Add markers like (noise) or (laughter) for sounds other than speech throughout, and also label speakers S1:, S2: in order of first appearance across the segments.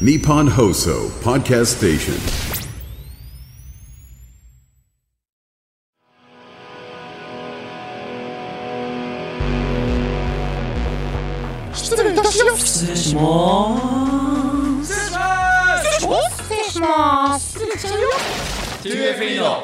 S1: Nippon Hoso Podcast Station.
S2: 失礼いたします失礼します失礼します失礼します失礼しちゃうよ
S3: TFE の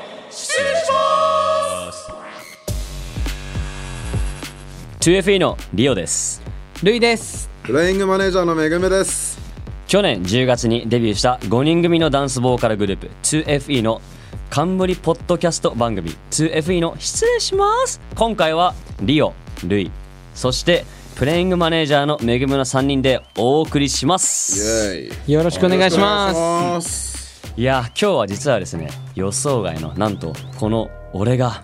S4: 2FE のリオです
S5: ルイです
S6: フライングマネージャーのめぐみです。
S4: 去年10月にデビューした5人組のダンスボーカルグループ 2FE の冠ポッドキャスト番組 2FE の失礼します今回はリオ、ルイ、そしてプレイングマネージャーのめぐむの3人でお送りしま
S6: イ
S4: す
S6: ェーイ。
S5: よろしくお願いします
S6: す。
S4: いやー今日は実はですね予想外のなんとこの俺が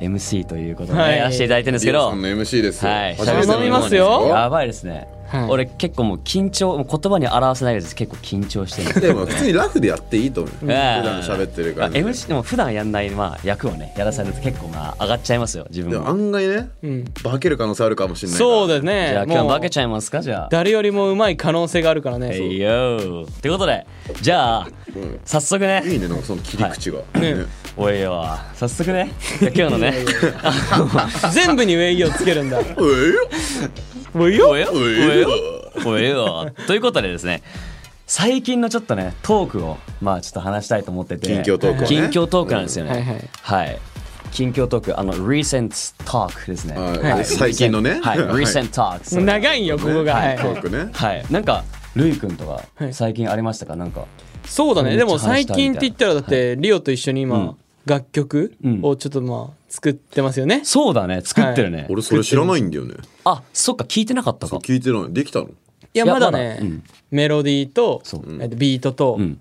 S4: MC ということでね、
S5: はい
S4: やらせていただいてるんですけ
S6: リオ
S4: ど
S6: さんの MC ですよ。
S4: はい
S6: 初めての
S5: 頼みますよ
S4: やばいですね、
S5: はい
S4: 俺結構もう緊張もう言葉に表せないです結構緊張してる
S6: でも普通にラフでやっていいと思う。普
S4: ええ
S6: 段喋ってるから。
S4: まあ MC でも普段やんない、まあ、役をねやらされると結構まあ上がっちゃいますよ自分
S6: で
S4: も
S6: も案外ね、化ける可能性あるかもしれないから。
S5: そうです
S4: じゃあ
S5: ね
S4: 今日は負け
S5: う
S4: ちゃいますかじゃあ
S5: 誰よりもうまい可能性があるからね、
S4: えいよーってことでじゃあ、早速ね
S6: いいね、なんかその切り口が。ね
S4: おいよ早速ねじゃあ今日のね
S5: 全部にウェイをつけるんだ
S6: うえよ
S5: おいよ
S4: おいよお
S6: う
S4: い
S6: え
S4: よ
S6: よ
S4: おいよということでですね最近のちょっとねトークをまあちょっと話したいと思ってて
S6: 近況トークをね
S4: 近況トークなんですよね、
S5: はいはい
S4: はい近況トークあの recent talk ですね、
S6: はい
S4: はい
S6: 最近のね
S4: はい
S6: はい
S4: recent talk
S5: 長いよここが、はい
S6: トークね。
S4: はい、なんか、ルイ君とか
S5: は、い
S4: 最近ありましたか、なんか。
S5: そうだねでも最近って言ったらだっ
S4: は
S5: てリオと一緒に今、
S4: うん
S5: 楽曲
S4: うん
S5: をちょっとまあ作ってますよね、
S4: そうだね、作ってるね。
S6: 俺それ知らないんだよね。
S4: あ、そっか、聞いてなかった
S6: そう
S4: か。
S6: 聞いてない。できたの
S5: いや
S4: いや
S5: まだね
S4: まだうん
S5: メロディーと
S4: そう
S5: えっとビートと、
S4: うん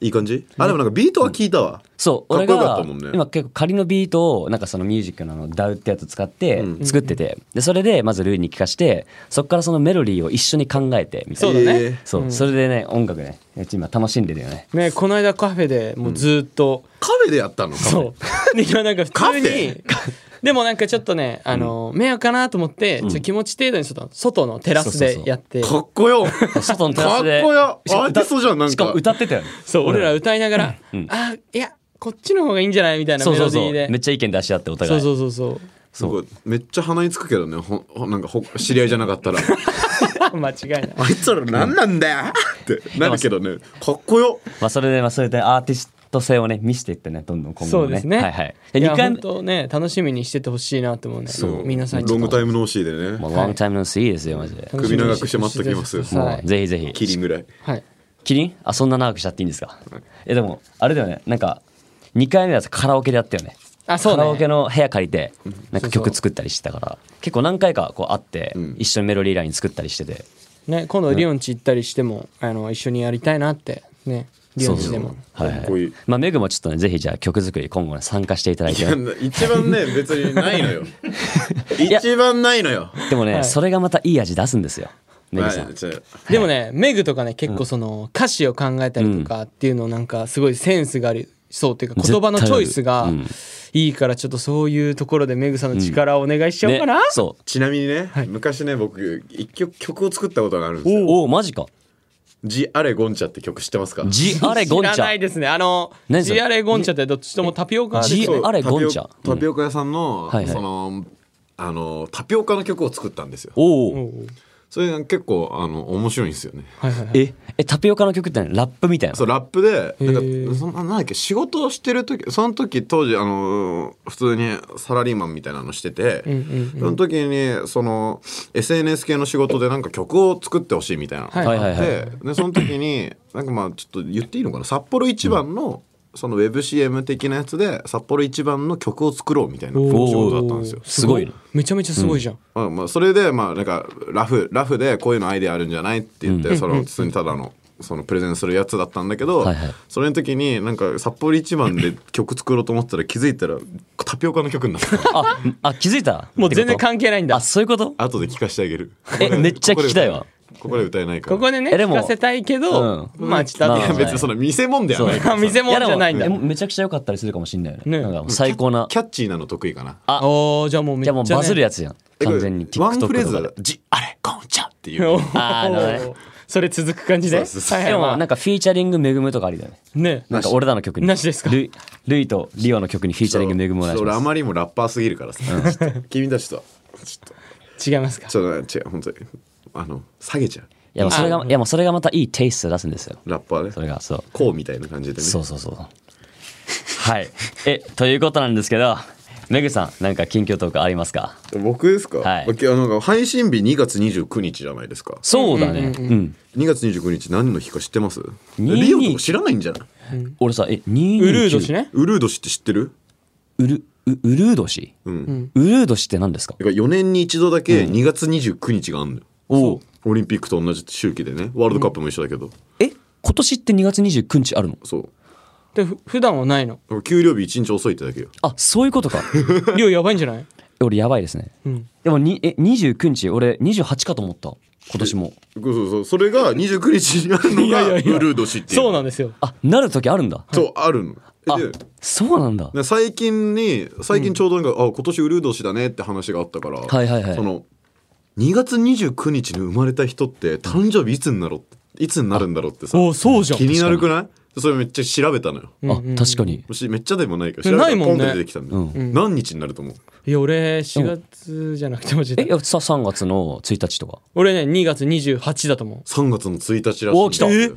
S6: いい感じあ、でもなんかビートは聞いたわ。
S4: そう、
S6: か
S4: 俺
S6: っこよかっ
S4: が
S6: たもんね、
S4: 今結構仮のビートを、なんかそのミュージックのあの、ダウってやつ使って、作ってて。で、それで、まずルイに聞かして、そこからそのメロディーを一緒に考えて、みたい
S5: そう
S4: な。
S5: だね
S6: えー
S4: そう、それでね、音楽ね、今楽しんでるよね。
S5: ねこの間カフェでもうずーっと、
S6: カフェでやったの
S5: そう。 (laughs) で、今なんか
S6: カ
S5: 普
S6: フ
S5: 通
S6: ェ
S5: に、でもなんかちょっとね、あの、迷惑かなと思って、ちょっと気持ち程度にちょっと外のテラスでやって、
S6: かっこよ。
S4: 外のテラスで。
S6: かっこよ
S4: しかも
S6: アーティストじゃんなんか
S4: しかも歌ってたよね。
S5: そう、俺ら歌いながら、あ、いや、こっちの方がいいんじゃないみたいな
S4: そう
S5: メ
S4: そ
S5: ロ
S4: うそう。
S5: ディー
S4: めっ
S5: で。
S4: ちゃ意見出し合って、お互い。
S5: そうそうそうそう。
S6: そうめっちゃ鼻につくけどね、ほほなんかほ知り合いじゃなかったら。
S5: (laughs) 間違いない。
S6: あいつら何なんだよってなるけどね、かっこよ。
S4: まあ、それで、まあ、それでアーティスト性をね、見せていってね、どんどん今後も
S5: そうですね。
S4: はいはい。で、
S5: いや
S4: 2回目
S5: 本。当ね、楽しみにしててほしいなと思うね。皆さんに
S6: ロングタイムの OC で
S4: も
S6: ね、
S4: う、ロングタイムのスイーですよ、マジで。
S5: 楽しみに
S6: 首長くして待っときます
S5: しててくだ
S4: も、
S5: さいう
S4: ぜひぜひ。
S6: キリンぐらい。
S5: はい。
S4: キリンあ、そんな長くしちゃっていいんですかえ、でも、あれだよね、なんか、2回目はさカラオケでやったよね。
S5: あそうね
S4: カラオケの部屋借りて、なんか曲作ったりしてたから、結構何回かこう会って、一緒にメロディーライン作ったりしてて、
S5: ね、今度リオンチ行ったりしても、あの、一緒にやりたいなって、ね、リオンチでも。
S4: はいはい
S6: かっこいい
S4: まあ、メグもちょっとね、ぜひじゃあ曲作り今後ね、参加していただいてね、
S6: (laughs) 一番ね、別にな
S4: (laughs)
S6: いのよ。一番ないのよ。
S4: でもね、それがまたいい味出すんですよ、メグ
S6: は
S4: さん。
S6: い、じゃあ
S5: でもね、メグとかね、結構その歌詞を考えたりとかっていうのなんかすごいセンスがありそうっていうか
S4: 絶対
S5: 言葉のチョイスがいいからちょっとそういうところでメグさんの力をお願いしちゃおうかな。
S4: ねそう。
S6: ちなみにね、昔ね、僕、一曲曲を作ったことがあるんですよ。
S4: おおマジか。
S6: ジ・アレ・ゴンチャって曲知ってますか
S4: ジアレゴンチ
S5: 知らない
S4: ャ。
S5: ですね。あの、
S4: 何それ
S5: ジアレゴンチャってどっちともタピオカです
S4: ジ
S5: よね。
S4: アレゴンチャ
S6: タ。ピオタピオカ屋さんの、
S4: はいはい
S6: その、あの、タピオカの曲を作ったんですよ。
S4: おお。
S6: それが結構、あの、面白いんですよね。
S4: ええタピオカの曲って何ラップみたいな
S6: そうラップでなんかそんななんだっけ仕事をしてる時その時当時あの普通にサラリーマンみたいなのしてて、その時にその SNS 系の仕事でなんか曲を作ってほしいみたいなのがあって、
S4: はいはいはい
S6: でその時になんかまあちょっと言っていいのかな札幌一番の、そのウェブ CM 的なやつで札幌一番の曲を作ろうみたいな仕事だったんですよ。
S4: すごいね
S5: めちゃめちゃすごいじゃん。
S6: まあまあ、それでまあなんかラフラフでこういうのアイデアあるんじゃないって言って、その普通にただのそのプレゼンするやつだったんだけど、
S4: はいはい
S6: それの時になんか札幌一番で曲作ろうと思ってたら気づいたらタピオカの曲になった
S4: (laughs) ああ気づいた
S5: もう全然関係ないんだ
S4: あ。そういうこと
S6: 後で聴かせてあ
S4: (laughs)
S6: げる
S4: えめっちゃ聞きたいわ
S6: ここで歌えないから
S5: ここでね、
S4: えでも
S5: 聞かせたいけど、
S4: う
S5: まあちょっと
S4: ま
S5: 後
S4: あ
S5: で
S4: ま
S6: 別にその見せ物ではないから
S5: あ見せ物じゃないんだ
S4: やでもえめちゃくちゃ良かったりするかもしれないよね
S5: ね
S4: なんかもう最高な
S6: キャッチーなの得意かな
S5: おーじゃあもうめっ
S4: じ
S5: ち
S4: ゃ
S5: ゃ、
S4: あ
S5: ね。
S4: もうバズるやつじゃん
S6: えこれ
S4: 完全に TikTok
S6: ワンフレーズ
S4: とか
S6: だ
S4: で
S6: ら「じあれゴンちゃん」ってい
S5: お
S6: う
S5: ー
S4: あーなるほどね
S5: それ続く感じで。
S6: そうそう
S5: はいはい
S4: で
S5: ま
S4: も
S5: あ
S4: なんかフィーチャリングめぐむとかありだよね
S5: ね
S4: なんか俺らの曲に
S5: なしですか
S4: ルイルイとリオの曲にフィーチャリング恵むお願いし
S6: 俺あ
S4: ます
S6: まりにもラッパーすぎるからさ、ちょっと君たちとはちょっ
S5: 違いますか
S6: と。ちょっと違う本当にあの下げちゃう
S4: いやもうそれがいやもうそれがまたいいテイスト出すんですよ
S6: ラッパーね
S4: それがそう
S6: こうみたいな感じでね
S4: そうそうそうはいえということなんですけどめぐさんなんか近況トークありますか
S6: 僕ですか、
S4: はい
S6: あ今日なんか配信日2月29日じゃないですか
S4: そうだねうん
S6: 2月29日何の日か知ってます
S4: 22
S6: リオとか知らないんじゃない
S4: 俺さえ229
S5: ウルード氏ね。
S6: ウルード氏って知ってる
S4: ウルウウルード氏うんウルード氏って何ですか
S6: だから4年に一度だけ2月29日があるのよ、
S4: おう
S6: オリンピックと同じ周期でねワールドカップも一緒だけど、
S4: え今年って2月29日あるの
S6: そう
S5: でふ普段はないの。
S6: 俺給料日1日遅いってだけよ
S4: あそういう (laughs) ことか
S5: リオやばいんじゃない？
S4: 俺やばいですね
S5: ん
S4: でもにえ29日俺28かと思った今年も
S6: そうそうそうそれが29日にあるの
S5: いやい
S6: が
S5: やいや
S6: ウルード氏っていう
S5: そうなんですよ。
S4: あなる時あるんだ
S6: そうあるの
S4: あ
S6: で
S4: そうなんだ
S6: で最近に最近ちょうどなんか、あ今年ウルード氏だねって話があったから、
S4: はいはいはい
S6: その2月29日に生まれた人って誕生日いつになろうっていつになるんだろうってさ
S5: おうそうじゃん
S6: 気になるくないそれめっちゃ調べたのよ
S4: あ確かに
S6: もしめっちゃでもないけど
S5: え
S6: 調べ
S5: な
S6: た
S5: い
S6: ら
S5: も
S6: ポ
S5: ん
S6: ン
S5: ね
S6: って出てきたんで、何日になると思う
S5: いや俺4月じゃなくても
S4: えいやさ3月の1日とか
S5: 俺ね2月28だと思
S6: 3月の1日らしい
S4: お
S6: ん
S4: 来
S6: だ
S4: た
S6: よ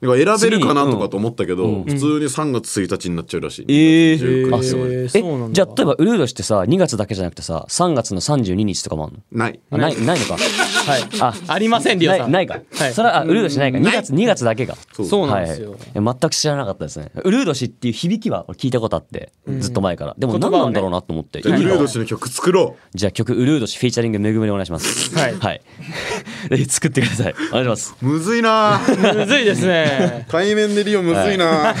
S6: だから選べるかな
S4: 次に
S6: とかと思ったけど、普通に3月1日になっちゃうらしい、
S4: ええ
S5: う。え
S6: 29日まで
S5: ー、
S4: え
S5: そうなんだ。
S4: じゃあ例えばウルードしてさ2月だけじゃなくてさ3月の32日とかもあるの
S6: ない
S4: あないないのかはいあ
S5: ありませんリオ
S4: な
S5: さ
S4: い
S5: ん。
S4: ないか、
S5: はい
S4: それはあウルードしないか2月二月だけか
S6: そう
S5: そう
S4: は
S5: なん
S4: い
S5: ですよ。
S4: え全く知らなかったですねウルード氏っていう響きは俺聞いたことあって、ずっと前からでも何なんだろうなと思って、
S6: じゃあウ
S4: 意味
S6: ル
S4: が
S6: ード氏の曲作ろう
S4: じゃあ曲ウルード氏フィーチャリングめぐみでお願いします
S5: はい
S4: はい、 (laughs) ぜひ作ってくださいお願いします
S6: むずいな
S5: (laughs) むずいです
S6: (laughs)
S5: ね。
S6: 対面でリオむずいな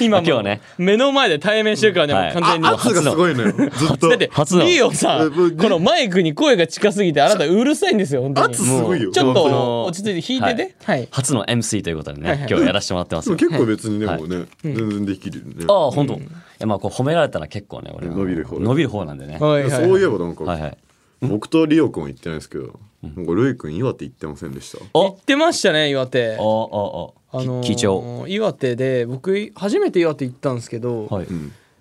S5: 今
S4: 今日
S5: も
S4: はね
S5: 目の前で対面してるからね、
S4: はい
S5: もう完全に。
S6: あ圧がすごいのよずっと
S5: だって
S4: 初の
S5: リオさ
S6: えもうね
S5: このマイクに声が近すぎてあなたうるさいんですよ本当に
S6: 圧すごいよ
S5: ちょっ
S4: そ
S5: と
S4: の
S5: 落ち着いて弾いててはい、
S4: 初の MC ということでね、
S5: はいはい
S4: 今日やらせてもらってます
S6: でも
S4: よ
S6: 結構別にね、
S4: はい
S6: もうね、全然できるよね。
S4: ああ本当、いやまあこう褒められたら結構ね俺は
S6: 伸びる方
S4: 伸びる方なんでね
S5: はいはいはい
S6: そういえばなんか、
S4: はいはい
S6: 僕とリオくんは行ってないですけど、なんかルイくん岩手行ってませんでした。
S4: お
S5: 言ってましたね岩手
S4: おおお、
S5: あのー
S4: き貴重
S5: 岩手で僕初めて岩手行ったんですけど、
S4: はい、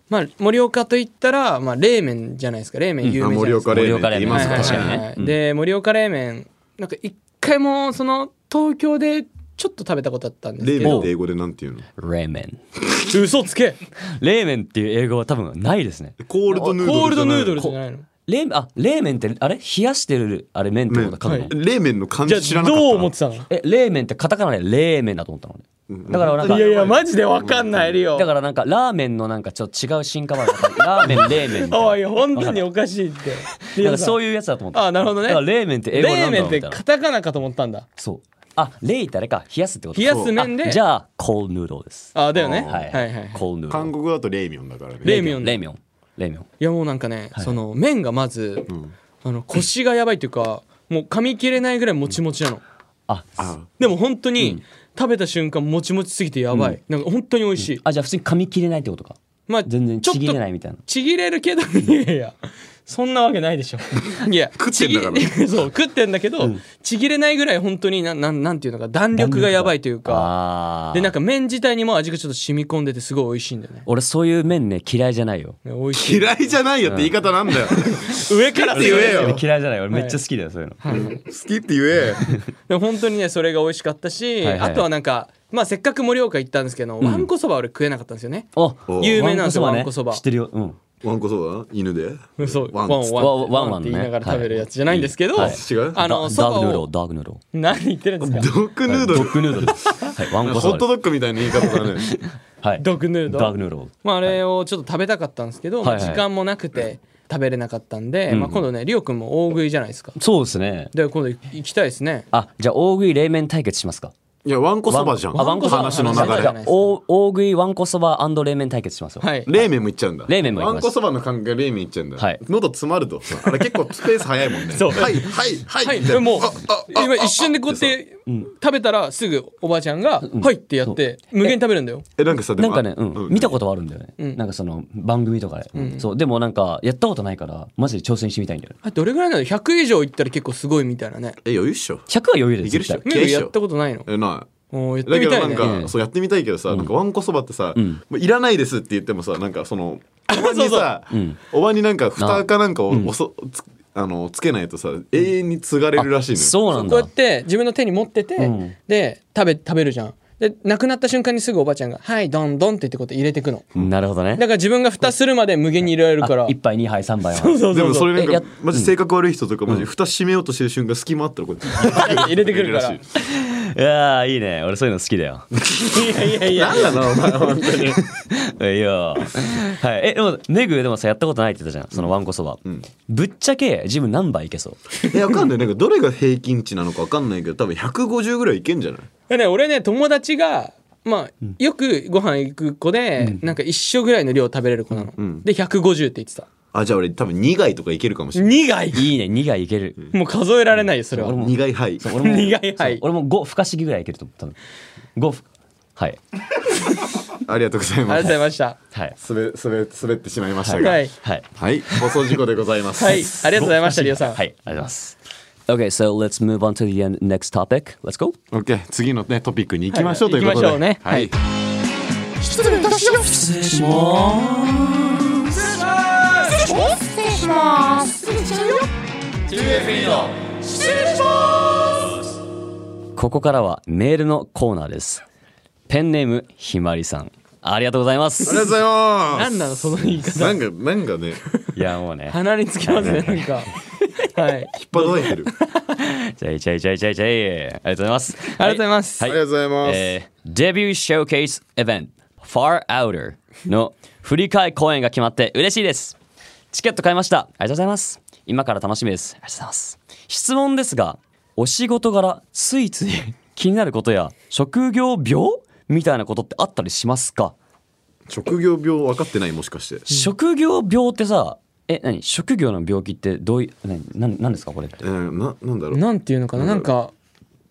S5: まあ、盛岡といったら、まあ、冷麺じゃないですか冷麺有名じゃない
S6: 盛
S5: ですか、
S6: 岡冷麺っ
S4: 盛岡冷
S6: て言い
S4: 麺
S6: ますから
S4: 確かにね
S5: はいはいはいで盛岡冷麺なんか一回もその東京でちょっと食べたことあったんです
S6: 冷
S5: け
S6: 麺っ
S5: ど
S6: て英語でなんていうの
S4: 冷麺
S5: 嘘つけ
S4: 冷麺っていう英語は多分ないですね
S6: コールドヌードルじゃない。
S5: コールドヌードルじゃないの
S4: 冷あ冷麺ってあれ冷やしてるあれ麺ってこと書くの、
S5: 麺
S6: 冷麺の漢
S5: じゃ
S6: 字知ら
S5: あ
S6: なかったな。
S5: どう思ってたの
S4: え冷麺ってカタカナで冷麺だと思ったのねだからなんか
S5: いやいやマジでわかんないよ
S4: だからなんかラーメンのなんかちょっと違う進化版だったラーメン冷麺み
S5: お
S4: たい
S5: い本当におかしいって
S4: ななんかそう
S5: いう
S4: いうやつだと思った
S5: あなるほどね
S4: だから冷麺って英語なんだろ
S5: 冷
S4: う
S5: 麺って
S4: みたいな
S5: カタカナかと思ったんだ
S4: そうあ冷ってあれか冷やすってこと
S5: 冷やす麺で
S4: あじゃあコールヌードルです
S5: あだよねは
S4: はいい
S5: はいはい
S4: コールヌードル
S6: 韓国だとレイミョンだからね。
S5: 冷麺
S4: 冷麺冷麺
S5: いやもうなんかねその麺がまずあの腰がやばいというかもう噛み切れないぐらいもちもちなの
S4: あ
S6: あ
S5: でも本当に食べた瞬間もちもちすぎてやばいなんか本当に美味しい
S4: あじゃあ普通に噛み切れないってことか
S5: まあ
S4: 全然ちぎれない
S5: ちょっ
S4: みたいな
S5: とちぎれるけどいやいやそんなわけないでしょいや
S6: 食ってんだから
S5: ちぎ (laughs) そう食ってんだけどちぎれないぐらい本当になんなんなんていうのか弾力がやばいというか
S4: あー
S5: でなんか麺自体にも味がちょっと染み込んでてすごい美味しいんだよね。
S4: 俺そういう麺ね嫌いじゃないよ
S5: ね美味しい。
S6: 嫌いじゃないよって言い方なんだよ。
S5: 上から
S6: 言えよ
S4: 嫌いじゃない俺めっちゃ好きだよそういうの
S6: 好きって言え。
S5: でも本当にねそれが美味しかったし、
S4: はいはい
S5: あとはなんかまあせっかく盛岡行ったんですけど、わんこそば俺食えなかったんですよね。
S4: あ
S5: 有名なんですよわんこそば
S4: 知ってるようん
S6: ワンコそば犬で。
S5: そう
S6: ワ
S5: ワ
S6: ン
S5: ン
S6: ワ
S5: ワ
S6: ン
S5: ン
S4: ワンワン
S5: ワンって言いながら
S4: はい
S5: 食べるやつじゃないんですけど、
S4: はい
S6: 違う
S5: あの
S4: ダ
S5: そ
S4: ダー
S5: ば
S4: クヌード
S5: を
S4: ルダークヌードル
S5: 何言ってるんですか。
S6: ドッグヌー
S4: ド
S6: ドル。
S4: ッグヌードルはいワンコ
S6: ホ
S4: そ
S6: ット
S4: ば
S6: ドッグみたいな言い方だね。
S4: はい
S5: ドッグヌードル
S4: ダークヌードル
S5: まああれをちょっと食べたかったんですけど、
S4: はいはい
S5: 時間もなくて食べれなかったんで、まあ今度ねリオくんも大食いじゃないですか。
S4: そうですね
S5: で今度行きたいですね。
S4: あじゃあ大食い冷麺対決しますか
S6: いや、ワンコそばじゃん。
S4: あわんこそば
S6: 話の流
S5: わんこそば
S4: じ
S5: じ
S4: ゃ
S5: ゃ
S6: れ
S5: な。い
S4: あ大大食いわんこそば冷麺対決しますよ
S5: はい。
S6: 冷麺もいっちゃうんだ。
S4: 冷麺もいきます
S6: わんこそばの感覚が冷麺いっちゃうんだ。
S4: はい
S6: 喉詰まるとさ。あれ結構スペース早いもんね。
S5: そう
S6: はい、はい、はい。
S5: は、
S6: みたいない
S5: もう
S6: あああ
S5: 今一瞬でこうやっ
S6: あ
S5: て食べたらすぐおばあちゃんが「はい」ってやって無限に食べるんだよ
S6: えなんかさで
S4: なん
S6: も
S4: かね、うん見たこととはあるんだよね、なんかその番組とかで、そうでもなんかやったことないからマジで挑戦してみたいんだよね
S5: あどれぐらいなの100以上いったら結構すごいみたいなね
S6: え余裕っしょ
S4: 100は余裕で
S6: いけるっ
S4: 絶
S6: しょ
S4: 対
S5: メルやったことないの
S6: えな
S5: おーや
S6: い
S5: って
S6: だ
S5: み
S6: けど
S5: た
S6: ないん
S5: ね
S6: か、そうやってみたいけどさ、なんかわんこそばってさ、もういらないですって言ってもさなんかそのおばにさおばになんか蓋かなんかを、おそつあのつけないとさ永遠に継がれるらしいのよ
S4: そうなん
S5: こうや
S4: だ
S5: って自分の手に持ってて、
S4: ん
S5: で食べ食べるじゃんでなくなった瞬間にすぐおばちゃんが「はいどんどん」って言ってこと入れてくの
S4: なるほどね
S5: だから自分が蓋するまで無限に入れられるから
S4: 1杯2杯3杯は
S6: でもそれなん
S4: えや
S6: かマジ性格悪い人とかマジ蓋閉めようとしてる瞬間隙間あったらこうやって
S5: 入れてくるから
S6: (laughs) 入れらし
S4: いやーいいね俺そういうの好きだよ
S6: いなんだなお前本当
S4: (laughs) い
S6: に
S4: やーはいえでもメグでもさやったことないって言ったじゃんそのわんこそば、ぶっちゃけ自分何杯いけそう
S6: いやわかんないなんかどれが平均値なのかわかんないけど多分150ぐらいいけんじゃない
S5: でね俺ね友達がまあよくご飯行く子で、なんか一緒ぐらいの量食べれる子なの、で150って言ってた
S6: あじゃあ俺多分2回とかいけるかもしれない
S5: 苦い
S4: いいね2杯いける、
S5: もう数えられないよそれは、
S6: 2回はい
S4: 俺も
S5: 苦い (laughs) は
S4: そう
S5: い
S4: 俺も5不可思議ぐらいいけると思ったの5ふはい
S6: (laughs) ありがとうござい
S5: あ
S6: ま
S5: りがとうご
S6: す
S5: ざいました
S4: はい
S6: 滑滑滑ってしまいましたが
S5: はい
S4: はい
S6: はい、放送事故でございます。
S5: はいありがとうございましたリオさん、
S4: はいありがとうございます Okay, so let's move on to the uh, next topic. Let's go.
S6: オッケー、次のね、トピックに行きましょうと
S5: はい
S6: いうこ
S5: 行
S6: とで。
S5: きましょうね
S6: はい。
S2: 失礼いたします失礼します失礼します失礼します失礼します
S3: 2FE の
S4: ここからはメールのコーナーです。ペンネームひまりさん。ありがとうございます。
S6: ありがとうございま
S5: 何なのその言い
S6: す。
S5: 方
S6: なんか、なんかね、
S4: いや、もうね。
S5: 鼻につきますねなんかはい
S6: 引っ張られてる。
S4: ちゃいちゃいちゃいちゃいちゃい。ありがとうございます。
S5: ありがとうございます
S4: は
S6: ありがとうございます
S4: えーデビュー Showcase Event Far Outer の振り替え公演が決まって嬉しいです。チケット買いました。ありがとうございます。今から楽しみです。ありがとうございます。質問ですが、お仕事柄ついつい気になることや職業病みたいなことってあったりしますか、
S6: 職業病分かってない、もしかして。
S4: 職業病ってさ、え、何職業の病気ってどういう、何、何何ですかこれって
S6: え。ー、な、なんだろう。
S5: なんていうのかななんか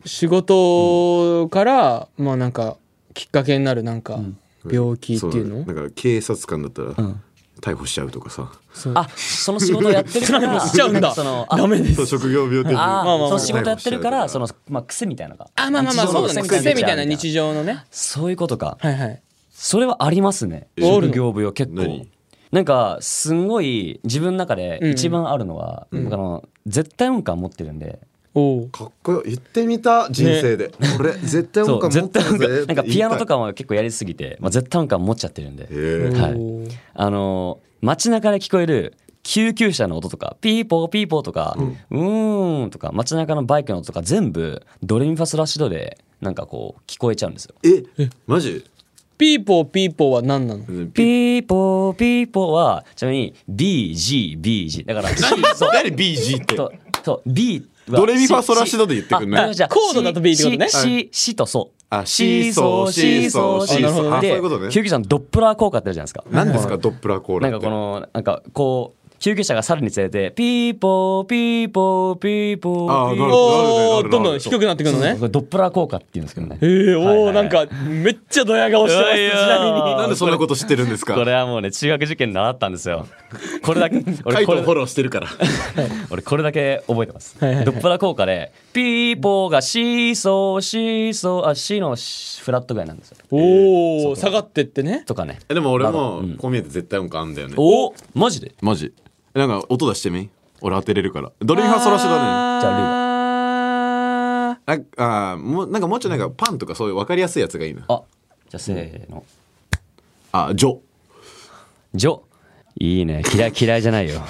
S5: 仕事から、まあなんかきっかけになるなんか病気っていうの、
S6: そなんか、警察官だったら、逮捕しちゃうとかさ。
S4: あ、その仕事をやってる (laughs) から。
S5: しちゃうんだ
S4: その、あ
S5: ダメです
S6: そう、職業病的に。
S4: あー
S5: まあまあまあ
S4: その仕事やってるから、そ
S6: の。
S4: の、まあ、癖みたいなのが。
S5: あまあまあまあ
S4: 日常
S5: そ
S4: の
S5: うだ
S4: が出
S5: ね
S4: ちゃ
S5: 癖みたいな日
S4: 常。
S5: 常のね
S4: そういうことか。
S5: はいはい
S4: それはありますね。
S5: おる
S4: 職
S5: の
S4: 業病結構
S6: 何。
S4: なんか、すんごい、自分の中で一番あるのは、僕あの、絶対音感持ってるんで、
S5: おう
S6: かっこよ、言ってみた、人生で。俺、絶対
S4: そ
S6: 音
S4: う、
S6: 感持
S4: 絶
S6: って
S4: 対音
S6: る
S4: 感。
S6: ぜ
S4: なんか、ピアノと
S6: か。
S4: かも結構やりすぎて、まあ、絶対音感持っちゃってるんで。
S6: えー、
S4: はい
S5: おう
S4: あのー街中で聞こえる救急車の音とかピーポーピーポーとか、うーんとか街中のバイクの音とか全部ドレミファスラシドでなんかこう聞こえちゃうんですよ。
S6: え、マジ
S5: ピーポーピーポーは何なの
S4: ピーポーピーポーはちなみに BGBG だから C そう
S6: 誰 BG って。
S4: とそう B は
S6: ドレミファソラシドで言ってくんね
S4: あじゃあ
S5: コードだと B ってことね
S4: C, C, C とソ
S6: あシーソーシーソー
S4: シ
S6: シーソー
S4: ソ
S6: あ
S4: で
S6: そういうことね
S4: 救急車のドップラー効果ってあるじゃないですか。
S6: 何ですか、ドップラーコーラ
S4: なん
S6: って
S4: かこのなんかこう救急車が猿に連れてピーポーピーポーピーポ
S6: あ
S4: ー
S6: あ
S4: ピー
S6: なる
S4: ポー
S5: お
S6: なるなるな
S5: お
S6: る
S5: どんどん低くなってくるのね
S4: これドップラー効果って言うんですけどね
S5: えー、おお、
S4: はいはい
S5: なんかめっちゃドヤ顔してます
S4: いやいや
S5: ちなみに
S6: なんでそんなこと知ってるんですか
S4: これはもうね中学受験習ったんですよこれだけ
S6: カ
S4: 俺
S6: イ
S4: こ
S6: トを
S4: れ
S6: フォローしてるから。
S4: 俺これだけ覚えてます、
S5: はいはいはい
S4: ドップラー効果でピーポーがシーソーシーソーあ C のフラットぐらいなんですよ
S5: おお下がってってね
S4: とかね
S6: (laughs) えでも俺もこう見えて絶対音感あんだよね。
S4: おマジで
S6: マジ。えなんか音出してみ。俺当てれるから。ドレミファソラシドだね。
S4: じゃあルイが
S5: あ
S6: ああーもうなんかもうちょいなんかパンとかそういう分かりやすいやつがいいな。
S4: あじゃあせーの
S6: あジョ。
S4: ジョいいね嫌い嫌いじゃないよ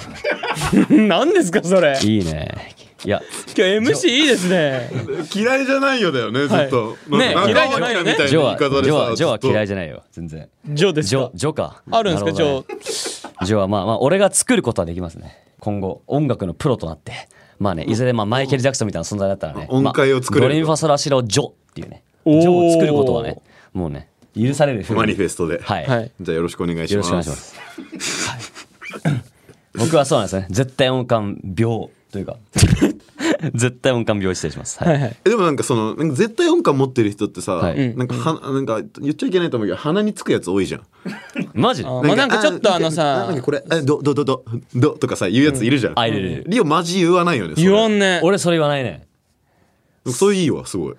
S5: ー (laughs) 何ですかそれ
S4: いいねいや
S5: 今日 MC いいですね
S6: 嫌いじゃないよだよねずっと。
S5: ね
S6: なんか
S5: 嫌いじゃないよね
S6: なんか
S4: ジョは、ジ
S6: みたな言い方で
S4: ョ
S6: さ
S4: は、ジョは
S6: ずっと
S4: 嫌いじゃないよ、全然。
S5: ジョーですか
S4: ジョ、ジョか。
S5: あるんですか、
S4: な
S5: ジ
S4: ほど
S5: ョ
S4: ねジョは、まあまあ、俺が作ることはできますね。今後、音楽のプロとなって。まあね、いずれ、まあ、マイケル・ジャクソンみたいな存在だったらね。
S6: 音階を作れる
S4: まあドレミファソラシド・ジョっていうね。ジョを作ることはね、もうね、許される風に
S6: マニフェストで。
S4: はい。
S5: はい
S6: じゃあよろしくお願いし
S4: よろ
S6: ま
S4: し
S6: す。
S4: くお願いします。
S6: (laughs)
S4: はい僕はそうなんですね。絶対音感病というか。絶対音感病失礼します。はい
S5: はいはい。
S6: えでもなんかそのなんか絶対音感持ってる人ってさ、
S4: はい
S6: なんかはなんか言っちゃいけないと思うけど鼻につくやつ多いじゃん。
S4: マジで
S5: あーまあなんかちょっとあのさ
S6: なんかこれえどどどどどとかさ言うやついるじゃん。
S4: あいるいる
S6: リオマジ言わないよね。それ
S5: 言わんね。
S4: 俺それ言わないね。
S6: それいいわすごい。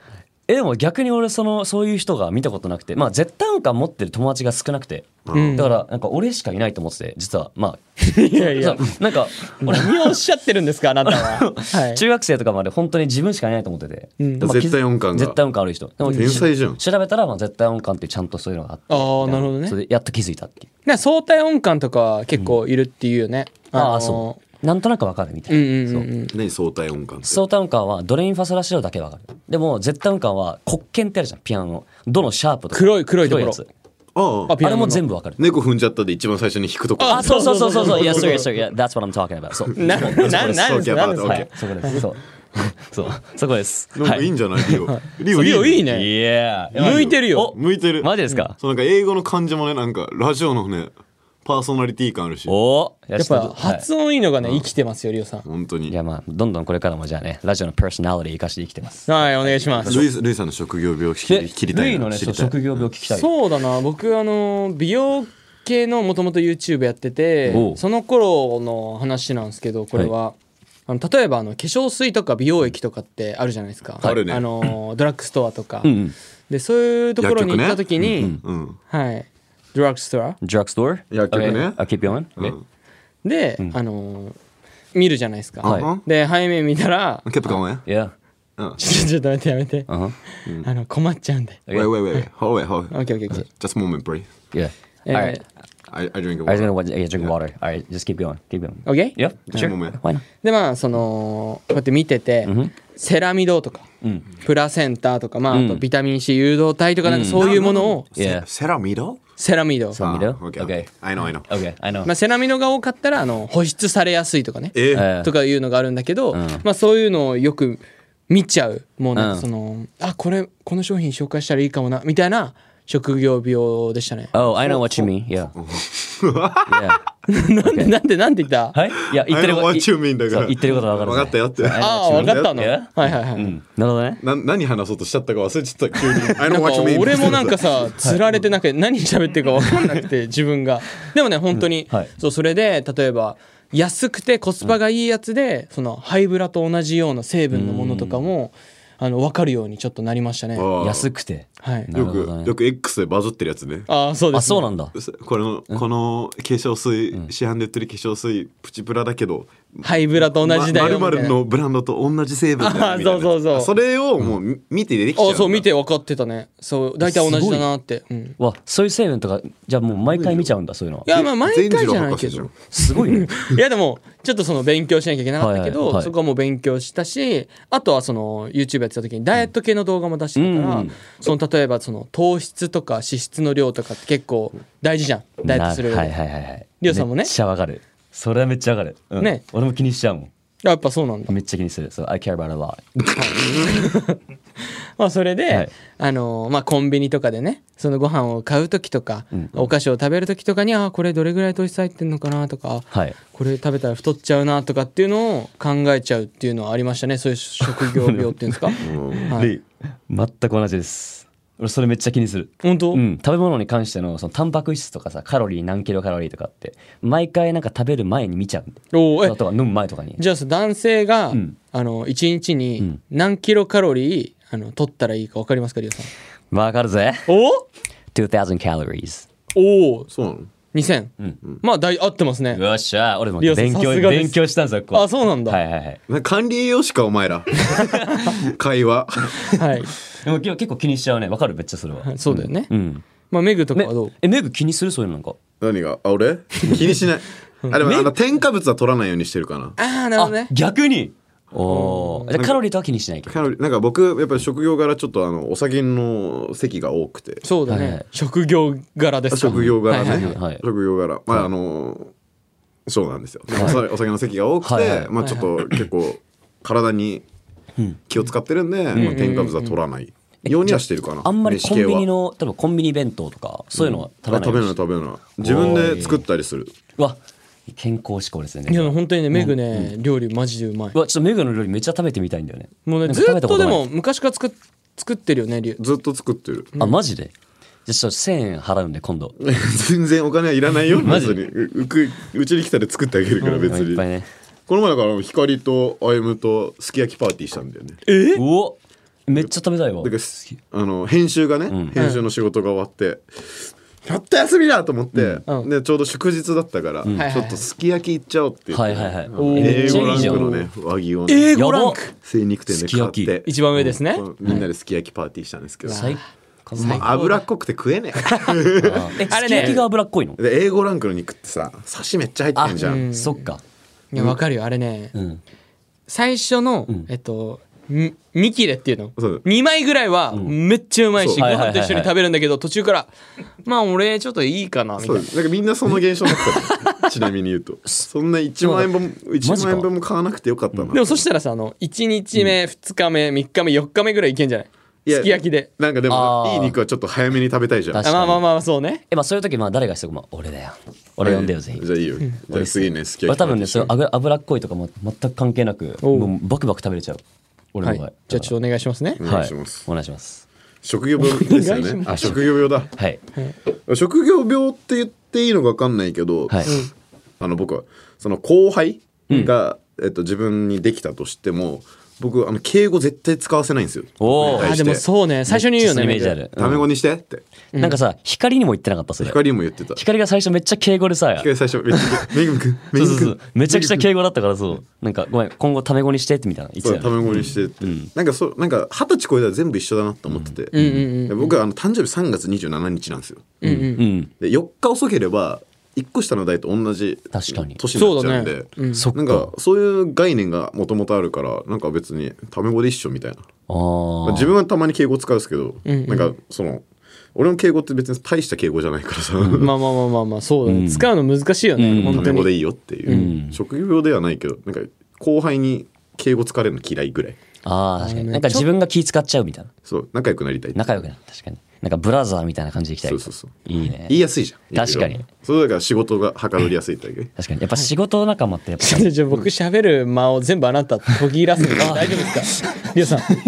S4: えでも逆に俺そのそういう人が見たことなくてまあ絶対音感持ってる友達が少なくて、だからなんか俺しかいないと思ってて実はまあい
S5: やいや
S4: なんか俺
S5: 何をおっしゃってるんですか
S4: (laughs)
S5: あなたは。はい。
S4: 中学生とかまで本当に自分しかいないと思ってて、まあ
S6: 絶対音感が
S4: 絶対音感ある人でも
S6: 天才じゃん
S4: し調べたらまあ絶対音感ってちゃんとそういうのがあって
S5: ああなるほどね
S4: そ。れでやっと気づいたっていう
S5: なんか相対音感とかは結構いるっていうよね。
S4: あ
S5: の
S4: あ
S5: ー
S4: そうなんとなくわかるみたいな、そう
S6: 何相対音感って。
S4: 相対音感はドレミファソラシドだけわかるでも絶対音感は黒鍵ってあるじゃんピアノのどのシャープとか
S5: 黒い黒いところ
S4: やつ
S6: ああ
S5: あピア
S4: あれ
S5: ノ
S4: も
S5: の
S4: 全部わかる
S6: 猫踏んじゃったで一番最初に弾くとこ。
S4: あ、そうそうそうそう
S5: (laughs)
S4: そう。Yes, sir, yes, sir. Yeah, that's what I'm talking about. そう。
S5: な、な、なんです
S6: そう
S5: か、なんです
S4: は
S5: か
S4: い。、そこです。そう。 (laughs) そう、そこです。
S6: なん
S4: は
S6: かいいんじゃな
S5: (laughs)
S6: いリオ。リ
S5: リオいい
S6: ね。
S5: ね。
S4: いや
S5: 向いてるよ。
S6: 向いてる。
S4: マジですか
S6: そうなんか英語の感じもねなんかラジオのねパーソナリティ感あるし。
S4: おーや
S5: やっぱ
S4: はい
S5: 発音いいのがね、生きてますよ、リオさん。
S6: 本当に。
S4: い
S6: ル
S4: や、まあ、どんどんこれからもじゃあね、ラジオのパーソナリティ生かして生きてます。
S5: はい、お願いします。
S6: イルイさんの職業病切り切りた
S4: ル
S6: い
S4: イの
S6: な
S4: ね、
S6: 知
S4: そう
S6: りたい。
S4: 職業病聞きたい。
S5: そうだな僕あの美容系のもともと YouTube やって
S4: お
S5: て
S4: う
S5: その頃の話なんですけどこれは、あの例えばあの化粧水とか美容液とかってあるじゃないですか、
S6: あるね
S5: のドラッグストアとか、
S4: うんうん。
S5: でそういうところに行った時に、
S6: うん。
S5: はいドラッグストア
S4: Drugstore?
S6: 薬局ね
S4: Okay, I'll keep going. Okay.
S5: で、あの見るじゃないですか、
S4: はい
S6: うん
S5: で背面見たら (laughs)
S6: ケプカもね。
S4: Yeah.
S5: ちょっとちょっと待ってやめて、
S4: Uh-huh.
S5: あの困っちゃうんで
S6: Wait, wait, wait, wait. Hold it, hold it.
S5: Okay, okay, okay.
S6: Just a moment, please.
S4: Yeah.
S5: えー
S4: Alright.
S6: I, I drink a
S4: I was
S6: water.
S4: gonna wa- yeah, drink water. Alright, just keep going. Keep going.
S5: OK?
S4: Yep.
S6: Yeah,
S4: Sure.
S6: moment.
S4: Why not?
S5: でまあそのこうやって見てて、セラミドとか、プラセンタとか、まあ、あとビタミン C 誘導体とかなんかそういうものを、
S4: Yeah.
S6: セラミド
S5: セラミド、
S4: Tell me though.
S6: Okay.
S4: Okay.
S6: I know, I know.
S4: Okay, I know.
S5: まあ、セラミドが多かったらあの保湿されやすいとかね
S6: え
S4: え
S5: とかいうのがあるんだけど、まあ、そういうのをよく見ちゃうもうなんかその、あこれこの商品紹介したらいいかもなみたいな職業病でしたね。
S4: Oh, I know what you mean. Yeah. yeah.
S5: なんでなんでなんて言った、
S4: はいいや、言ってる
S6: I
S4: こ
S6: know
S4: と。
S6: what you mean だから
S4: そう言ってることわかる。
S6: わかったよって
S4: I know
S5: ああ
S4: what
S5: 分
S4: you
S5: かったの。
S4: mean
S5: はいはいはい。
S4: うんなるほどね。
S6: な何話そうとしちゃったか忘れちゃった
S4: (laughs)
S6: 急に。I
S5: な
S6: know
S5: んか
S6: what you mean.
S5: 俺もなんかさ釣られてなんか何喋ってるか分かんなくて自分がでもね本当に、
S4: うんはい
S5: そうそれで例えば安くてコスパがいいやつで、そのハイブラと同じような成分のものとかもあの分かるようにちょっとなりましたねは
S6: ああ
S4: 安くて。
S5: い
S4: なる
S6: よ
S4: ほどね
S6: く、よく X でバズってるやつね。
S5: ああそうです、ね、
S4: あ、そうなんだ。
S6: これのこの化粧水、市販で売ってる化粧水プチプラだけど
S5: ハイブラと同じだよみたいな
S6: まるのブランドと同じ成分だよみたいな
S5: あーそうそうそう
S6: それをもうみ見て出てきちゃうん
S5: あ
S6: だ
S5: そう見て分かってたねそう大体同じだなって、うん、。
S4: わ、そういう成分とか、じゃあもう毎回見ちゃうんだ、そういうのはい
S5: やまあ毎回じゃない
S6: 善
S5: け
S6: 次郎
S5: ど
S6: 博
S4: すごいね。
S5: (laughs) いやでもちょっとその勉強しなきゃいけなかったけど、
S4: はいはいはい
S5: そこはもう勉強したしあとはその YouTube やってた時にダイエット系の動画も出してたから、その例えばその糖質とか脂質の量とかって結構大事じゃんダイエットする上で、
S4: はいはいはいはい。
S5: リオさんも
S4: め
S5: ね
S4: っちゃわかる。それはめっちゃわかる。うん
S5: ね
S4: 俺も気にしちゃうもん。
S5: やっぱそうなんだ、
S4: めっちゃ気にする。そう、I care about a lot.
S5: まあ、それで、
S4: はい
S5: あのーまあ、コンビニとかでねそのご飯を買う時とか、お菓子を食べる時とかにあーこれどれぐらい糖質入ってんのかなとか、
S4: はい
S5: これ食べたら太っちゃうなとかっていうのを考えちゃうっていうのはありましたねそういう職業病っていうん
S4: (laughs)
S5: ですか、はい、
S4: レイ全く同じです。俺それめっちゃ気にする。
S5: 本当、
S4: うん、食べ物に関してのそのタンパク質とかさカロリー何キロカロリーとかって毎回なんか食べる前に見ちゃうんで
S5: おーえ
S4: あとは飲む前とかに
S5: じゃあさ男性が、あの一日に何キロカロリーあの取ったらいいか分かりますかリオさん
S4: わかるぜ
S5: お
S4: 2000 calories
S5: おお
S6: そうなの
S5: 2000、まあ大合ってますね
S4: よっしゃ俺も
S5: リオさん
S4: 勉強
S5: さすがです
S4: 勉強したんですよここ
S5: あそうなんだ
S4: はいはいはい
S6: なんか管理栄養士かお前
S5: (laughs)
S6: ら会話
S5: はい
S4: でも結構気にしちゃうねわかるめっちゃそ
S5: (laughs)
S4: れは
S5: はいそうだよね、
S4: うん
S5: まあメグとか
S4: め
S5: はどう、
S4: えメグ気にするそういうのなんか
S6: 何があ俺気にしないあでもあの添加物は取らないようにしてるかな
S5: ああなるほどね
S4: 逆におおじゃあカロリーとは気にしないけど
S6: カロリーなんか僕やっぱり職業柄ちょっとあのお酒の席が多くて
S5: そうだね、
S4: はい
S5: 職業柄ですか
S6: 職業柄ね、
S5: はいはい
S4: はいはい
S6: 職業柄まああのそうなんですよ、お酒お酒の席が多くて、
S4: はいはい
S6: まあちょっと結構体に気を使ってるんで、まあ、添加物は取らないようにはしてるかな、
S4: あんまりコンビニ
S6: 飯系は
S4: の多分コンビニ弁当とかそういうのは食べ
S6: あ
S4: ない
S6: 食べない食べない自分で作ったりする
S4: うわ健康志向ですよね
S5: いや本当にねメグね、料理マジでうまいう
S4: わちょっとメグの料理めっちゃ食べてみたいんだよね
S5: もう
S4: な
S5: ね
S4: んか
S5: ず
S4: 食
S5: っ
S4: べた
S5: と
S4: こ
S5: で
S4: ない
S5: も昔から作っ作ってるよねリュ
S6: ずっと作ってる (laughs)
S4: あマジでじゃあちょっと1000円払うんで今度
S6: 全然お金はいらないよ
S4: マジ
S6: 別にううくうちに来たら作ってあげるから別
S4: いっ
S6: に
S4: ぱいね
S6: この前だから光と歩夢とすき焼きパーティーしたんだよね
S4: うおめっちゃ食べたいわ
S6: だからすあの編集がね、編集の仕事が終わって、やっと休みだと思って、
S5: うん
S6: でちょうど祝日だったから、
S5: はいはい
S6: ちょっとすき焼き行っちゃおうって言って、
S4: はいはいはい
S5: ー
S4: めっ
S6: 英
S4: ちゃ
S6: 語
S4: い
S6: ラ
S4: い
S6: ン
S4: じゃ
S6: ク
S4: ん
S6: のね和牛をね
S5: 英語ランク
S4: やば
S6: 精肉店
S4: す
S6: で
S4: き
S6: 買っ
S4: 焼き
S6: て
S5: 一番上ですね
S6: うんみんなですき焼きパーティーしたんですけど、
S4: 最高
S6: まあ、脂っこくて食えね
S4: え
S5: あ
S4: す
S5: れね
S4: き焼きが脂っこい (laughs) の
S6: えで英語ランクの肉ってさ刺しめっちゃ入ってんじゃん、
S4: そっか
S5: いやわかるよあれね、
S4: ん
S5: 最初の、えっとみ2切れっていうの
S6: そう
S5: 2枚ぐらいはめっちゃうまいし、
S6: そう
S5: ご
S4: はいはいは
S5: 飯
S4: い
S5: と一緒に食べるんだけど途中からまあ俺ちょっといいかなみた
S6: そ
S5: いうな
S6: なんかみんなその現象だった
S4: (laughs)
S6: のちなみに言うとそんな1万円分
S4: マジ
S6: 1
S4: か
S6: 万円分も買わなくてよかったな、
S5: でもそしたらさあの1日目、2日目3日目4日目ぐらいいけんじゃない
S6: いや
S5: すき焼きで
S6: なんかで
S4: あ
S6: も
S4: ー
S6: いい肉はちょっと早めに食べたいじゃん
S4: 確
S5: あまあまあまあそうね
S4: えまあそういう時まあ誰がしてもまあ俺だよ俺呼んでよぜひ
S6: じゃあいいよ。じゃあ次ね、すき
S4: 俺
S6: 焼き。
S4: 多分ねそれ油脂っこいとかも全く関係なく
S5: おう
S4: もうバクバク食べれちゃう俺
S5: は
S4: の
S5: い
S4: 場合
S5: じゃあちょっとお願いしますね、
S6: お
S4: は
S6: 願
S4: い
S6: いします
S4: お願いします
S6: 職業病ですよ
S5: お願いし
S6: ね。
S5: ま
S6: あ、職業病だ。
S4: はい
S6: 職業病って言っていいのか分かんないけど、
S4: はい
S6: あの僕はその後輩が、えっと、自分にできたとしても僕あの敬語絶対使わせないんですよ。
S4: おお
S6: は
S5: あ
S6: い
S5: でもそうね最初に言うよね
S4: イメージあ
S5: メグ
S4: る
S6: タメ語にしてって
S4: うんなんかさ光にも言ってなかったそれ
S6: 光も言ってた。
S4: 光が最初めっちゃ敬語でさ
S6: 光最初めっちゃ「めぐみくんめ
S4: そうそう
S6: ぐ
S4: そ
S6: みく」
S4: うんめちゃくちゃ敬語だったからそうなんかごめん今後タメ語にしてってみたいな言って
S6: そう
S4: た
S6: タ
S4: よね
S6: メ語にしてって、なんかそうなんか二十歳超えたら全部一緒だなと思ってて、で僕はあの誕生日3月27日なんですよ、
S4: うん
S6: で4日遅ければ1個下の代と同じ
S4: 確かに
S6: 年になっちゃうんで
S5: そうだね
S4: そっ
S6: なん
S4: か
S6: かそういう概念がもともとあるからなんか別にタメ語で一緒みたいな
S4: あー
S6: 自分はたまに敬語使うんですけど、なんかその俺の敬語って別に大した敬語じゃないからさ、
S5: まあまあまあまあまあそうだね、使うの難しいよね、
S6: タ
S5: 本当
S6: メ語
S5: に
S6: でいいよっていう、職業病ではないけどなんか後輩に敬語使われるの嫌いぐらい
S4: あー確かになんか自分が気使っちゃうみたいな
S6: そう仲良くなりたいって
S4: 仲良くなる確かになんかブラザーみたいな感じでいきたい
S6: そうそうそう
S4: いいね
S6: 言いやすいじゃん
S4: 確かに
S6: いろいろそうだから仕事がはかどりやすいってだ
S4: (laughs)
S6: け
S4: 確かにやっぱ仕事仲間ってやっぱ
S5: (laughs) じゃあじゃあ僕喋る間を全部あなた途切らせて大丈夫ですか
S4: (laughs)
S5: リオさん、はい、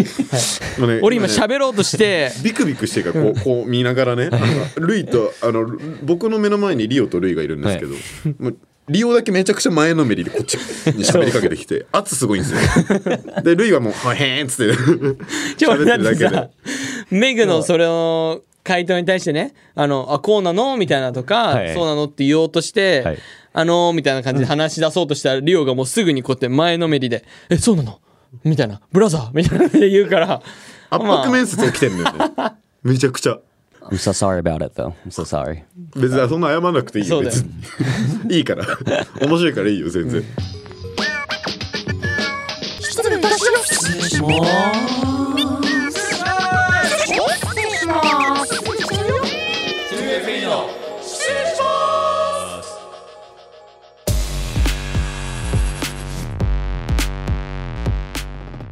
S6: まあね
S5: 俺今
S6: ね
S5: 喋ろうとして
S6: (laughs) ビクビクしてるからこうこう見ながらねあのルイとあのル僕の目の前にリオとルイがいるんですけど、もうリオだけめちゃくちゃ前のめりでこっちに喋りかけてきて圧すごいんですよでルイはもう「はへーん」っつって
S5: じゃあ俺
S6: 喋
S5: だ
S6: ってるだ
S5: って
S6: け
S5: さ
S6: で。
S5: メグのそれを回答に対してね「あのあこうなの?」みたいなとか、
S4: はい
S5: そうなの?」って言おうとして「
S4: はい
S5: あのー」みたいな感じで話し出そうとしたらリオがもうすぐにこうやって前のめりで「えそうなの?」みたいな「ブラザー」みたいなで言うから
S6: 圧迫面接起きてんのよねめちゃくちゃ
S4: I'm so sorry about it though I'm so sorry
S6: 別にそんな謝らなくていい
S5: そ
S6: よ
S5: うだよ
S6: 別にいいから面白いからいいよ全然、
S2: 失礼いたします失礼します失礼します
S3: 2FE の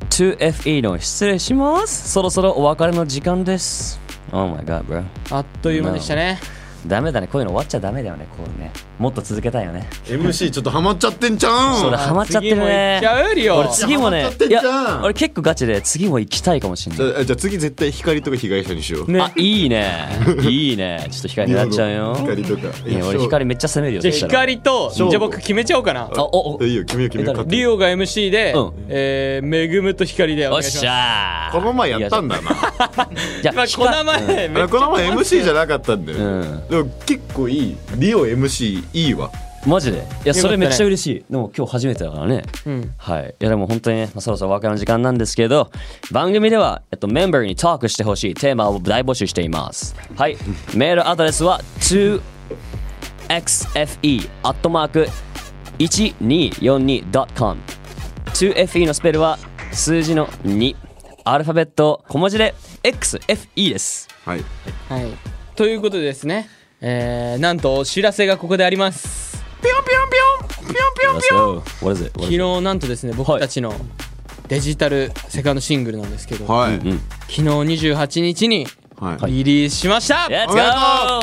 S4: 2FE の失礼しますそろそろお別れの時間です Oh my god bro
S5: あっという間でしたね
S4: ダメだねこういうの終わっちゃダメだよねこうねもっと続けたいよね
S6: MC ちょっとハマっちゃってんじゃん
S4: そうだハマっちゃってる
S5: 次も行
S4: ね
S5: っちゃうリオ
S4: 俺次もね
S6: ハマっちゃっ
S4: い
S6: てん
S4: や
S6: じゃん
S4: 俺結構ガチで次も行きたいかもしれない
S6: じゃあじゃあ次絶対光とか被害者にしよう、
S4: あいいねいいねちょっと光狙っちゃうよ
S6: 光とか
S4: いや俺光めっちゃ攻めるよ
S5: じゃあ
S4: そしたら
S5: 光とじゃ
S6: う
S5: あ僕決めちゃおうかな
S4: あおお
S6: いいよ決めよう決めよう
S4: 誰
S5: リオが MC で、
S4: うん
S5: えー、めぐむと光で
S4: お
S5: お願
S4: っ
S5: いし
S4: し
S5: ます
S4: ゃー
S6: この前やったんだな
S4: じゃあ
S5: まあこの前、め
S6: あこの前 MC じゃなかったんだよ、
S4: ん
S6: でも結構いいリオ MC いいわ
S4: マジでいや
S5: ね
S4: それめっちゃ嬉しい、でも今日初めてだからね、はいいやでも本当にね、まあ、そろそろお別れの時間なんですけど番組では、えっと、メンバーにトークしてほしいテーマを大募集していますはいメールアドレスは 2xfe.1242.com 2FE のスペルは数字の2アルファベット小文字で XFE です
S6: はい
S5: はい、ということでですね、えー、なんとお知らせがここであります
S4: ピョンピョン What is it? What
S5: 昨
S4: is it?
S5: 日なんとですね僕たちのデジタルセカンドシングルなんですけど、
S6: はい、
S5: 昨日28日に
S6: は
S5: リ
S6: い、
S5: リースしました、
S4: Let's go!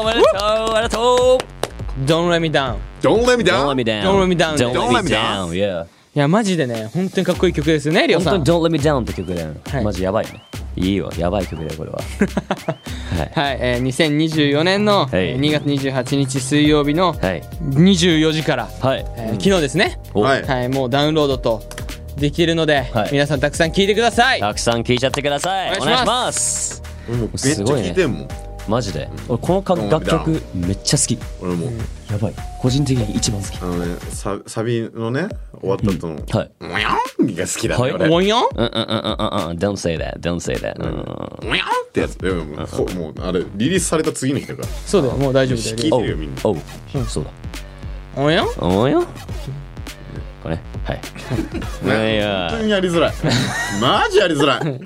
S4: おめでとうおめでとう
S5: Don't let me down
S6: Don't let
S4: Don't let
S6: me down!
S4: me down.
S5: Don't let me down.
S4: Don't let me
S6: Don't
S4: down. Yeah.
S5: いやマジでね本当にかっこいい曲ですよねリオ
S4: 本
S5: さ
S4: 当
S5: ん
S4: に Don't Let Me Down って曲だよ。
S5: はい
S4: マジやばいね。いいよ。やばい曲だよ、これは。
S5: (laughs) はい、えー、2024年の、
S4: はい
S5: えー2月28日水曜日
S4: は
S5: の
S4: い。
S5: 24時から、
S4: はい。
S5: えー昨日ですね、
S4: お
S6: はい
S5: はい、もうダウンロードとできるので、
S4: はい
S5: 皆さんたくさん聴いてください
S4: たくさん聴いちゃってください。
S5: お
S4: お願
S5: 願い
S4: い
S5: し
S4: し
S5: ま
S4: ます。
S6: 俺もうめっちゃ
S4: すごいね
S6: 聞いてんもん。
S4: マジで。俺、このか
S6: Don't let me
S4: 楽
S6: down
S4: 曲めっちゃ好き。
S6: 俺もう、
S4: やばい。個人的に一番好き。
S6: あのね、ササビのね、終わった後の、
S4: はい。
S6: もやんが好きだね、
S4: はい
S6: 俺。
S5: おんよ
S4: うんうんうんうんうん。Don't say that. Don't say that. うん
S6: もやんってやつ。でももう、ほもうあれ、リリースされた次の日だから。
S5: そうだよもう大丈夫だよ
S6: 引
S5: リ
S6: き
S5: オ
S6: 見てるよみんな
S4: おう。そうだ。
S5: おんよ
S4: おうよ。これ。はい。いや
S6: 本当にやりづらい。マジやりづらい。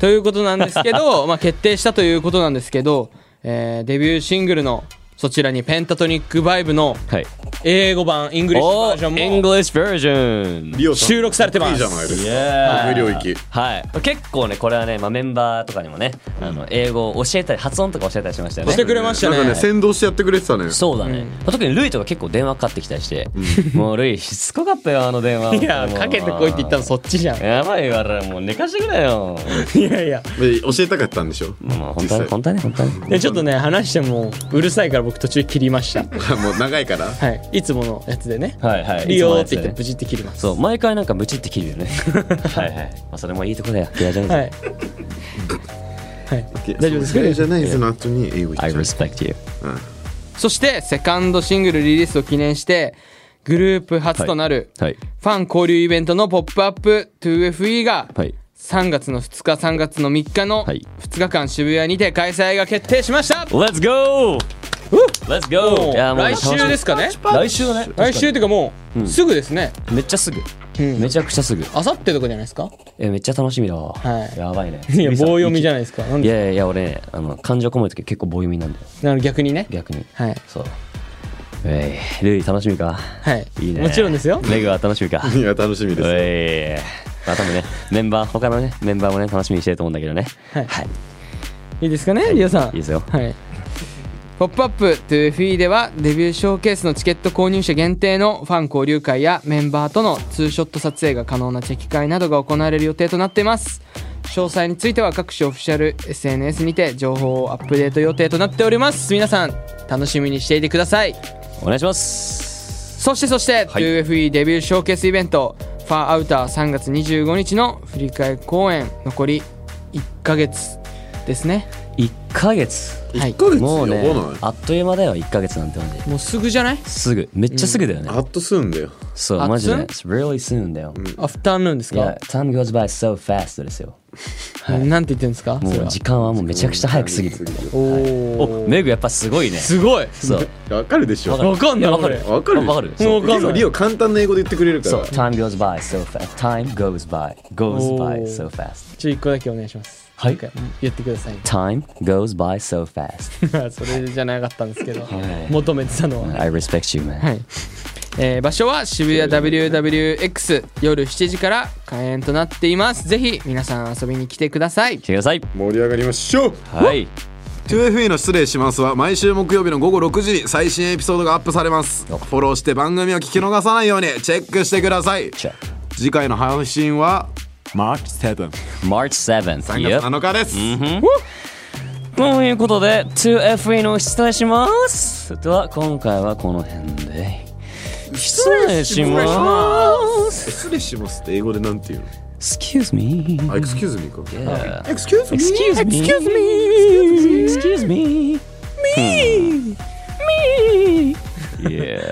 S5: ということなんですけ
S6: (laughs)
S5: どまあ決定したということなんですけど、えーデビューシングルのそちらにペンタトニックバイブの
S4: はい。
S5: 英語版イングリッシュ
S4: お
S5: バ
S4: う
S5: ージョンも
S4: English version!
S6: リオさん
S5: 収録されてます
S6: いいじゃないですか。
S4: Yeah
S6: 得意領域。
S4: はい、結構ねこれはね、まあ、メンバーとかにもね、あの英語を教えたり発音とか教えたりしましたよね
S5: してくれましたね
S6: なんかね、先導してやってくれてたね。
S4: そうだね、まあ特にルイとか結構電話かかってきたりして、 (laughs) もうルイしつこかったよあの電話
S5: いやかけてこいって言ったのそっちじゃんい
S4: やばいからもう寝かしてくれよ
S5: (laughs) やいや
S6: で教えたかったんでしょ。 (laughs)
S4: もう本当に本当に本当に
S5: でちょっとね話してもうるさいから僕途中切りました
S6: もう長いから。
S5: はいいつものやつでね
S4: はいはい
S5: リオーっ
S4: いつものやつで
S5: て言ってブチって切ります
S4: そう毎回なんかブチって切
S5: (laughs)
S4: るよねはいはい、まあ、それもいいとこだよ嫌いじゃない
S5: はい大丈夫ですか
S6: それじゃないその後に英語言っ
S4: I
S6: ちゃう
S4: respect you
S5: そしてセカンドシングルリリースを記念してグループ初となるフ
S4: はい
S5: ァン交流イベントの「ポップアップ2 f e が
S4: はい
S5: 3月の2日3月の3日の
S4: はい
S5: 2日間渋谷にて開催が決定しました
S4: Let's go! Let's
S5: も
S4: go!
S5: う
S4: いやもう
S5: 来週ですかね
S4: 来週はね
S5: 来週っていうかもうすぐですね
S4: めっちゃすぐ、めちゃくちゃすぐ
S5: あさってとかじゃないですか
S4: えめっちゃ楽しみだわ、
S5: はい
S4: やばいね
S5: いや棒読みじゃ
S4: い
S5: ないですかなん
S4: い
S5: で
S4: やいやいや俺ねあの感情こもる時結構棒読みなんだよ
S5: なの逆にね
S4: 逆に
S5: はい
S4: そうえいルイ楽しみか
S5: はい
S4: いいね
S5: もちろんですよ
S4: レグは楽しみ
S5: (laughs)
S4: か
S6: いや、楽しみです。
S4: えいまあ多分ねメンバー他のねメンバーもね楽しみにしてると思うんだけどね
S5: はい
S4: はい、
S5: いいですかねリオさん
S4: いいですよ
S5: はい。ポップアップ 2FE ではデビューショーケースのチケット購入者限定のファン交流会やメンバーとのツーショット撮影が可能なチェキ会などが行われる予定となっています。詳細については各種オフィシャル SNS にて情報をアップデート予定となっております。皆さん楽しみにしていてください。
S4: お願いします
S5: そしてそして、
S4: い
S5: 2FE デビューショーケースイベント、ファーアウター3月25日の振り替え公演、残り1ヶ月ですね。
S4: 1ヶ月
S5: はい
S6: 1ヶ月
S4: も
S6: 呼
S4: う
S6: ば
S4: ね
S6: ない。
S4: あっという間だよ1ヶ月なんてマジで
S5: もうすぐじゃない
S4: すぐめっちゃすぐだよね、
S6: あっとすんだよ。
S4: そう
S5: あ
S4: マジで
S5: つん
S4: It's really soon だよ、
S5: アフターヌーンです
S4: い
S5: か、
S4: や time goes by so fast ですよ
S5: なんて言ってるんですか
S4: も
S5: それ
S4: う
S5: は
S4: 時間はもうめちゃくちゃ早く過ぎる
S5: おー
S4: おメグやっぱすごいね
S5: すごい
S4: そう
S6: わかるでしょ。
S5: わかんない
S4: わかる
S5: 俺
S6: わかるでしょ
S4: わかる
S5: もうわかんない
S6: リオ簡単な英語で言ってくれるか
S4: そう
S6: ら。
S4: time goes by so fast time goes by
S6: Oh。
S4: goes
S5: お
S4: by
S5: ー
S4: so fast
S5: ちょ一個だけお願いします
S4: はい
S5: 一回言ってください
S4: time goes by so fast
S5: (laughs) それじゃなかったんですけど
S4: い
S5: 求めてたのは
S4: I respect you
S5: は
S4: man
S5: いえー場所は渋谷 WWX 夜7時から開演となっていますぜひ皆さん遊びに来てください
S4: 来てください
S6: 盛り上がりましょう
S4: はい
S6: 2FE の失礼しますは毎週木曜日の午後6時に最新エピソードがアップされますフォローして番組を聞き逃さないようにチェックしてください
S4: チェック
S6: 次回の配信は March7
S4: March 7th
S6: 3
S4: Yep
S6: 月7日です、
S4: ということで 2FE の失礼しますでは今回はこの辺で失礼します
S6: 失礼しますって英語でなんて言う
S4: Excuse me
S6: のあ Excuse me か、
S4: Yeah.
S6: Excuse me
S4: Excuse me. Hmm。 Excuse me. Excuse me. Me. Me. Yeah.